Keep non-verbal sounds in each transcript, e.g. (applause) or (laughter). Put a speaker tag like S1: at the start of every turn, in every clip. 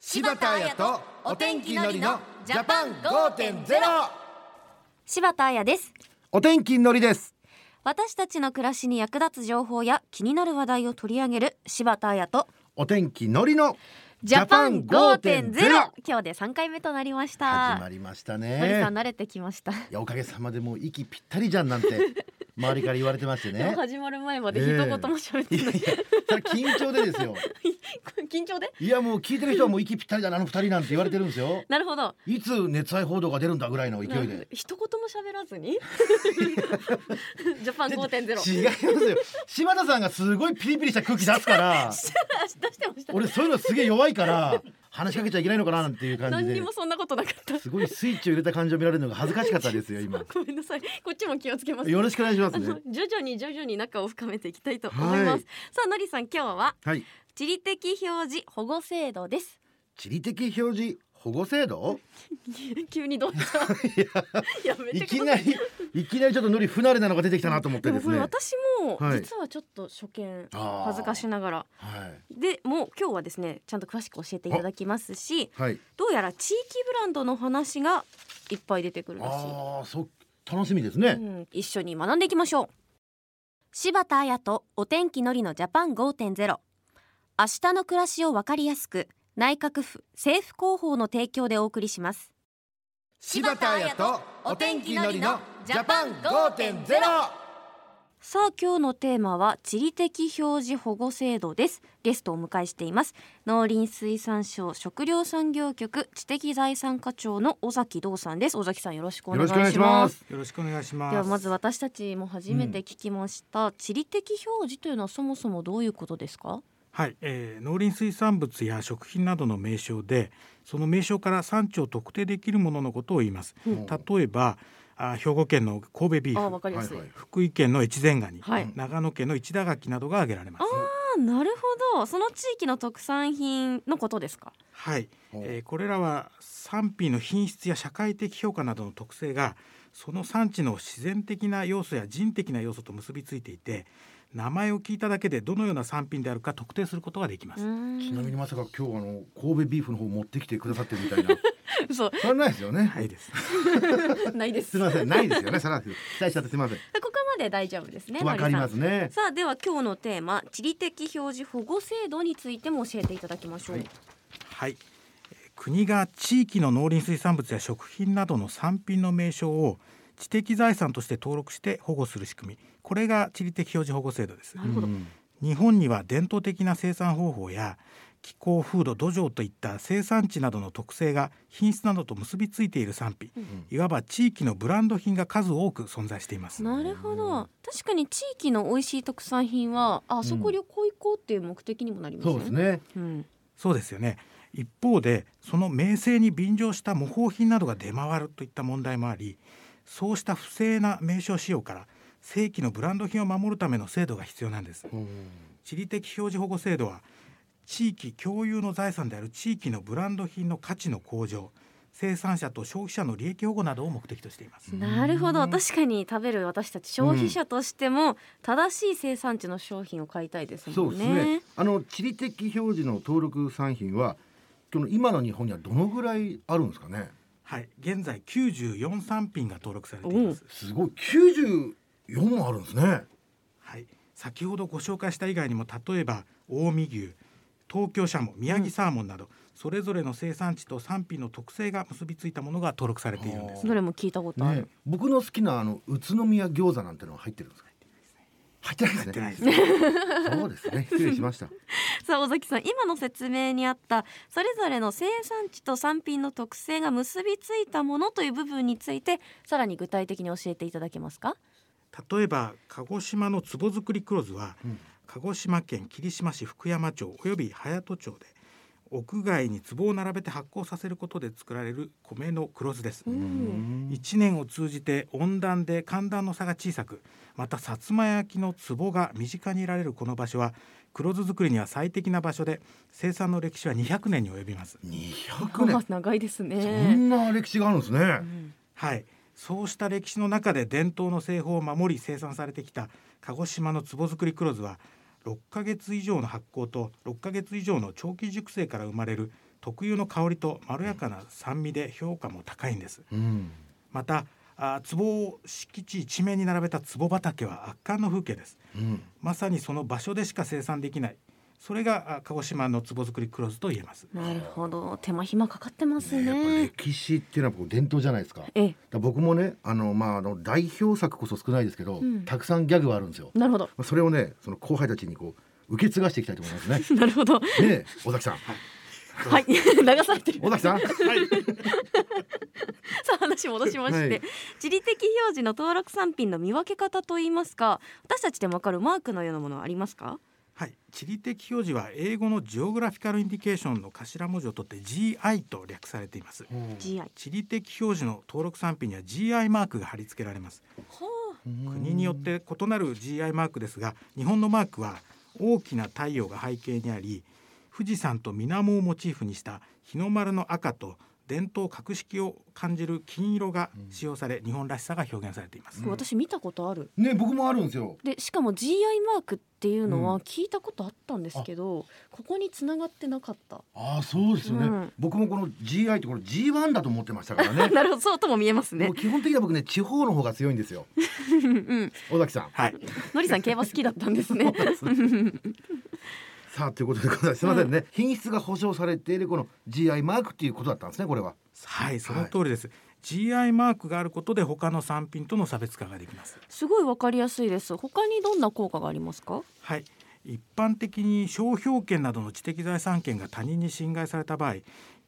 S1: 柴田彩とお天気のりのジャパン5.0
S2: 柴田彩です
S1: お天気のりです
S2: 私たちの暮らしに役立つ情報や気になる話題を取り上げる柴田彩と
S1: お天気のりの
S2: ジャパン5.0
S1: 始
S2: 今日で3回目となりました
S1: まりました
S2: 森さん
S1: ね
S2: 慣れてきました、
S1: いやおかげさまでもう息ぴったりじゃん (laughs) なんて周りから言われてまして
S2: でも
S1: ね
S2: 始まる前まで一言も喋っ
S1: い
S2: て
S1: やい
S2: な
S1: や
S2: い、
S1: それ緊張でですよ
S2: 緊張で
S1: いやもう聞いてる人はもう息ぴったりだなあの二人なんて言われてるんですよ
S2: なるほど
S1: いつ熱愛報道が出るんだぐらいの勢いで
S2: 一言も喋らずに
S1: (laughs)
S2: ジャパン5.0
S1: 違いますよ柴田さんがすごいピリピリした空気出すから (laughs)
S2: (laughs) 出してました
S1: 俺そういうのすげえ弱いから話しかけちゃいけないのかななんていう感じ
S2: 何に
S1: で
S2: もそんなことなかった
S1: すごいスイッチを入れた感じを見られるのが恥ずかしかったですよ
S2: (laughs)
S1: 今
S2: ごめんなさいこっちも気をつけます
S1: よろしくお願いします
S2: あの
S1: ね
S2: 徐々に徐々に仲を深めていきたいと思います、
S1: はい
S2: さあのりさん今日は
S1: はい
S2: 地理的表示保護制度です
S1: 地理的表示保護制度
S2: (laughs) 急にどう (laughs) した (laughs) やめ
S1: い
S2: てく
S1: き
S2: ださ
S1: ないりいきなりちょっとノリ不慣れなのが出てきたなと思っ
S2: で
S1: てで
S2: も
S1: す
S2: これ
S1: ね
S2: 私も
S1: はい
S2: 実はちょっと初見
S1: あー
S2: 恥ずかしながら
S1: はい
S2: でもう今日はですねちゃんと詳しく教えていただきますし
S1: はい
S2: どうやら地域ブランドの話がいっぱい出てくるらしい
S1: ああそ楽しみですね、
S2: うん、一緒に学んでいきましょう柴田彩とお天気のりのジャパン5.0明日の暮らしをわかりやすく内閣府政府広報の提供でお送りします
S1: 柴田彩とお天気のりのジャパン5.0
S2: さあ今日のテーマは地理的表示保護制度ですゲストをお迎えしています農林水産省食料産業局知的財産課長の尾崎道さんです尾崎さんよろしくお
S1: よ
S2: 願
S1: ろ
S2: い
S1: しくお願いし
S2: しま
S1: ますす
S3: よろしくお願いします。
S2: ではまず私たちも初めて聞きました、地理的表示というのはそもそもどういうことですか
S3: はい、えー農林水産物や食品などの名称で、その名称から産地を特定できるもののことを言います。
S1: うん
S3: 例えば、あ兵庫県の神戸ビ
S2: あ
S3: ー
S2: わ
S3: フ、
S2: かりやすい、
S1: はいはい
S3: 福井県の越前ガニ、
S2: はい
S3: 長野県の一田柿などが挙げられます。
S2: あーなるほどその地域の特産品のことですか
S3: はい、
S1: ほう
S3: えーこれらは産品の品質や社会的評価などの特性がその産地の自然的な要素や人的な要素と結びついていて名前を聞いただけでどのような産品であるか特定することができます、
S1: ちなみにまさか今日あの神戸ビーフの方持ってきてくださってるみたいな
S2: (laughs) そう
S1: それはないですよね、
S3: はいです
S2: な
S1: (laughs)
S2: いです
S1: すみませんないですよねそれは期待しちゃってすみません
S2: ここまで大丈夫ですね
S1: わかりま
S2: 森
S1: すね
S2: さんさあでは今日のテーマ地理的表示保護制度についても教えていただきましょう、
S1: はい
S3: はい、えー国が地域の農林水産物や食品などの産品の名称を知的財産として登録して保護する仕組みこれが地理的表示保護制度です
S2: なるほど、
S1: うん
S3: 日本には伝統的な生産方法や気候風土土壌といった生産地などの特性が品質などと結びついている産品、いわば地域のブランド品が数多く存在しています
S2: なるほど確かに地域の美味しい特産品はあそこ旅行行こうっていう目的にもなります
S1: そ
S2: よ
S1: うです
S2: ね
S1: ね
S2: うん
S3: そうですよね一方でその名声に便乗した模倣品などが出回るといった問題もありそうした不正な名称使用から正規のブランド品を守るための制度が必要なんです地理的表示保護制度は地域共有の財産である地域のブランド品の価値の向上生産者と消費者の利益保護などを目的としています
S2: なるほど確かに食べる私たち消費者としても正しい生産地の商品を買いたいです
S1: そ
S2: も
S1: うんです
S2: ね。
S1: ね。あの地理的表示の登録産品は、この今の日本にはどのぐらいあるんですかね。
S3: はい現在94産品が登録されています、
S1: すごい、九十四もあるんですね。
S3: はい先ほどご紹介した以外にも例えば近江牛東京シャモ宮城サーモンなど、それぞれの生産地と産品の特性が結びついたものが登録されているんです
S2: どれも聞いたことある。
S1: ね、僕の好きなあの宇都宮餃子なんてのは入ってるんですか。入ってないですね。
S3: 入ってないです
S1: そうですね。失礼しました。
S2: さあ尾崎さん今の説明にあったそれぞれの生産地と産品の特性が結びついたものという部分についてさらに具体的に教えていただけますか。
S3: 例えば鹿児島の壺作り黒酢は、
S1: うん
S3: 鹿児島県霧島市福山町および隼人町で屋外に壺を並べて発酵させることで作られる米の黒酢です、一年を通じて温暖で寒暖の差が小さくまたさつま焼きの壺が身近にいられるこの場所は黒酢作りには最適な場所で生産の歴史は200年に及びます
S1: 二百年。
S2: 長いです
S1: そ
S2: ね。
S1: んな歴史があるんですね。
S3: はいそうした歴史の中で伝統の製法を守り生産されてきた鹿児島の壺作り黒酢は6ヶ月以上の発酵と6ヶ月以上の長期熟成から生まれる特有の香りとまろやかな酸味で評価も高いんです
S1: うん、
S3: またあ壺を敷地一面に並べた壺畑は圧巻の風景です
S1: うん、
S3: まさにその場所でしか生産できないそれがあ鹿児島の壺作り黒酢と言えます
S2: なるほど手間暇かかってます
S1: やっ
S2: ね
S1: ぱ歴史っていうのはこう伝統じゃないですか。
S2: ええ
S1: だ僕もねあの、まあ、あの代表作こそ少ないですけど、
S2: うん
S1: たくさんギャグはあるんですよ。
S2: なるほど (laughs)
S1: まあそれをねその後輩たちにこう受け継がしていきたいと思い
S2: (laughs)
S1: ますね。ね
S2: なるほど
S1: え尾崎さん
S2: はい (laughs) 流されてる (laughs)
S1: 尾崎さん
S2: さあ話戻しまして、
S1: はい
S2: 地理的表示の登録産品の見分け方といいますか私たちでもわかるマークのようなものはありますか
S3: はい地理的表示は英語のジオグラフィカルインディケーションの頭文字を取って GI と略されています
S2: GI
S3: 地理的表示の登録産品には GI マークが貼り付けられます国によって異なる GI マークですが日本のマークは大きな太陽が背景にあり富士山と水面をモチーフにした日の丸の赤と伝統格式を感じる金色が使用され、日本らしさが表現されています、
S2: これ私見たことある
S1: ね僕もあるんですよ。
S2: でしかも GI マークっていうの
S1: う
S2: は
S1: ん
S2: 聞いたことあったんですけど、ここに繋がってなかった (laughs)
S1: ああそうですよね、
S2: うん
S1: 僕もこの GI ってこれ G1 だと思ってましたからね。
S2: なるほどそうとも見えます
S1: も
S2: (laughs) ね
S1: う基本的には僕ね地方の方が強いんですよ。
S2: うんうん
S1: 尾崎さん。
S3: はい
S2: のりさん競馬好きだったんですね
S1: さあということでございます。すみませんね、品質が保証されているこの GI マークっていうことだったんですねこれは。
S3: はいその通りです、GI マークがあることで他の産品との差別化ができます
S2: すごいわかりやすいです他にどんな効果がありますか
S3: はい一般的に商標権などの知的財産権が他人に侵害された場合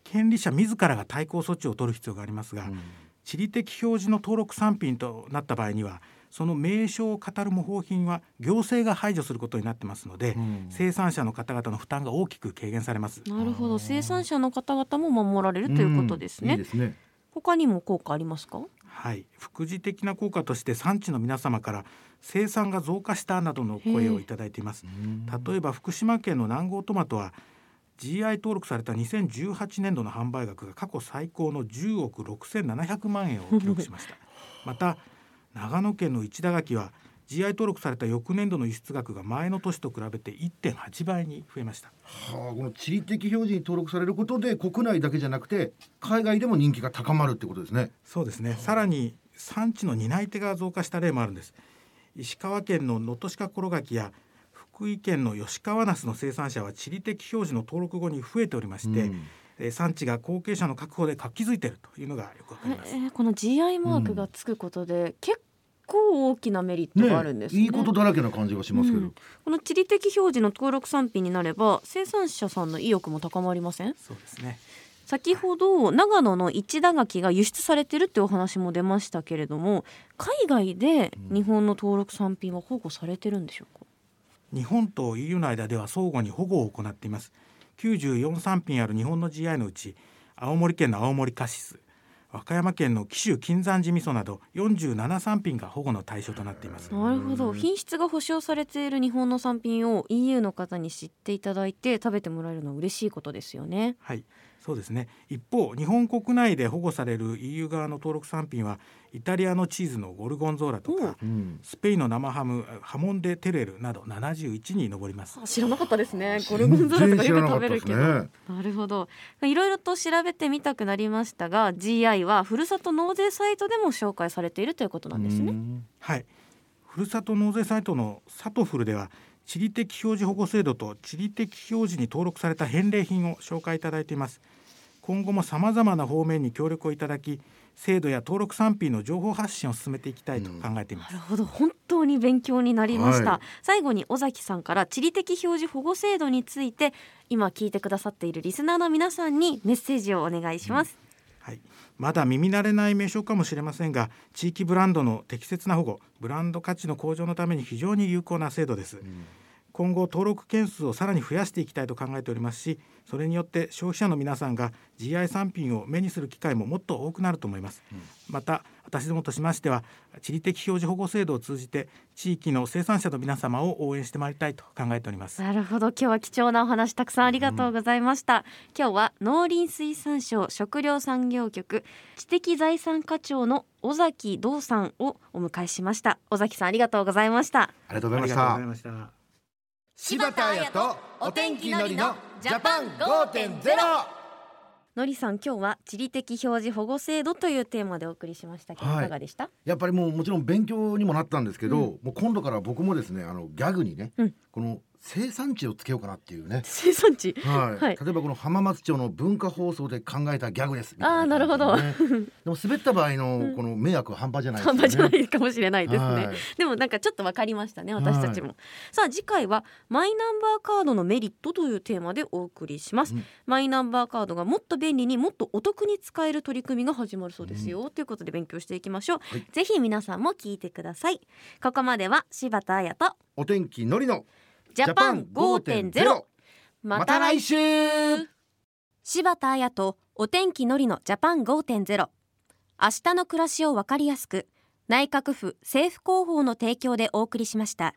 S3: 権利者自らが対抗措置を取る必要がありますが、地理的表示の登録産品となった場合にはその名称を語る模倣品は行政が排除することになってますので、
S1: うん
S3: 生産者の方々の負担が大きく軽減されます
S2: なるほど生産者の方々も守られるということですね、
S1: うんいいですね。
S2: 他にも効果ありますか
S3: はい副次的な効果として産地の皆様から生産が増加したなどの声をいただいています例えば福島県の南郷トマトは GI 登録された2018年度の販売額が過去最高の10億6700万円を記録しましたまた長野県の一田柿は GI 登録された翌年度の輸出額が前の年と比べて1.8倍に増えました
S1: はあこの地理的表示に登録されることで国内だけじゃなくて海外でも人気が高まるってことですね。
S3: そうですねさらに産地の担い手が増加した例もあるんです石川県の能登鹿ころがきや福井県の吉川ナスの生産者は地理的表示の登録後に増えておりまして、
S1: うん
S3: えー産地が後継者の確保で活気づいているというのがよくわかります、
S2: えーこの GI マークがつくことで、結構大きなメリットがあるんですね
S1: いいことだらけな感じがしますけど、
S2: うんこの地理的表示の登録産品になれば生産者さんの意欲も高まりません
S3: そうですね
S2: 先ほど長野の一田垣が輸出されてるってお話も出ましたけれども海外で日本の登録産品は保護されてるんでしょうか、
S3: 日本と EU の間では相互に保護を行っています94産品ある日本の GI のうち青森県の青森カシス和歌山県の紀州金山寺味噌など47産品が保護の対象となっています
S2: なるほど品質が保証されている日本の産品を EU の方に知っていただいて食べてもらえるのは嬉しいことですよね
S3: はい、そうですね。一方、日本国内で保護される EU 側の登録産品はイタリアのチーズのゴルゴンゾーラとか、
S1: うん
S3: スペインの生ハムハモンデテレルなど71に上ります。
S2: あ知らなかったですねゴルゴンゾーラとかよく食べるけど
S1: 全然知らなかったですね
S2: なるほどいろいろと調べてみたくなりましたが GI はふるさと納税サイトでも紹介されているということなんです
S1: う
S2: ね
S1: ん
S3: はい。ふるさと納税サイトのサトフルでは地理的表示保護制度と地理的表示に登録された返礼品を紹介いただいています。今後もさまざまな方面に協力をいただき、制度や登録産品の情報発信を進めていきたいと考えています
S2: な。るほど本当に勉強になりました、
S1: はい
S2: 最後に尾崎さんから地理的表示保護制度について今聞いてくださっているリスナーの皆さんにメッセージをお願いします、
S3: はい、まだ耳慣れない名称かもしれませんが地域ブランドの適切な保護ブランド価値の向上のために非常に有効な制度です、今後登録件数をさらに増やしていきたいと考えておりますしそれによって消費者の皆さんが GI 産品を目にする機会ももっと多くなると思います、また私どもとしましては地理的表示保護制度を通じて地域の生産者の皆様を応援してまいりたいと考えております
S2: なるほど今日は貴重なお話たくさんありがとうございました、今日は農林水産省食料産業局知的財産課長の尾崎道さんをお迎えしました尾崎さんありがとうございました
S1: ありがとう
S3: あ
S1: ございま
S3: り
S1: し
S3: がとうご
S1: た
S3: ざい。ました
S4: 柴田彩とお天気のりのジャパン5.0
S2: のりさん今日は地理的表示保護制度というテーマでお送りしましたけど、、
S1: はいい
S2: かがでした
S1: やっぱりもうもちろん勉強にもなったんですけど、
S2: うん
S1: もう今度から僕もですねあのギャグにね、
S2: うん
S1: この生産地をつけようかなっていうね
S2: 生産地
S1: はい、
S2: はい
S1: 例えばこの浜松町の文化放送で考えたギャグですみたい
S2: あーなるほど
S1: 感じでね (laughs) でも滑った場合のこの迷惑は半端じゃないですよ
S2: 半
S1: ね
S2: 端じゃないかもしれないですね、
S1: はい
S2: (laughs) でもなんかちょっとわかりましたね私たちも、さあ次回はマイナンバーカードのメリットというテーマでお送りします、
S1: うん
S2: マイナンバーカードがもっと便利にもっとお得に使える取り組みが始まるそうですよ、ということで勉強していきましょう、
S1: はい
S2: ぜひ皆さんも聞いてくださいここまでは柴田彩と
S1: お天気のりの
S2: ジャパン5.0また来週
S1: 週
S2: 柴田彩とお天気のりのジャパン5.0明日の暮らしをわかりやすく内閣府政府広報の提供でお送りしました。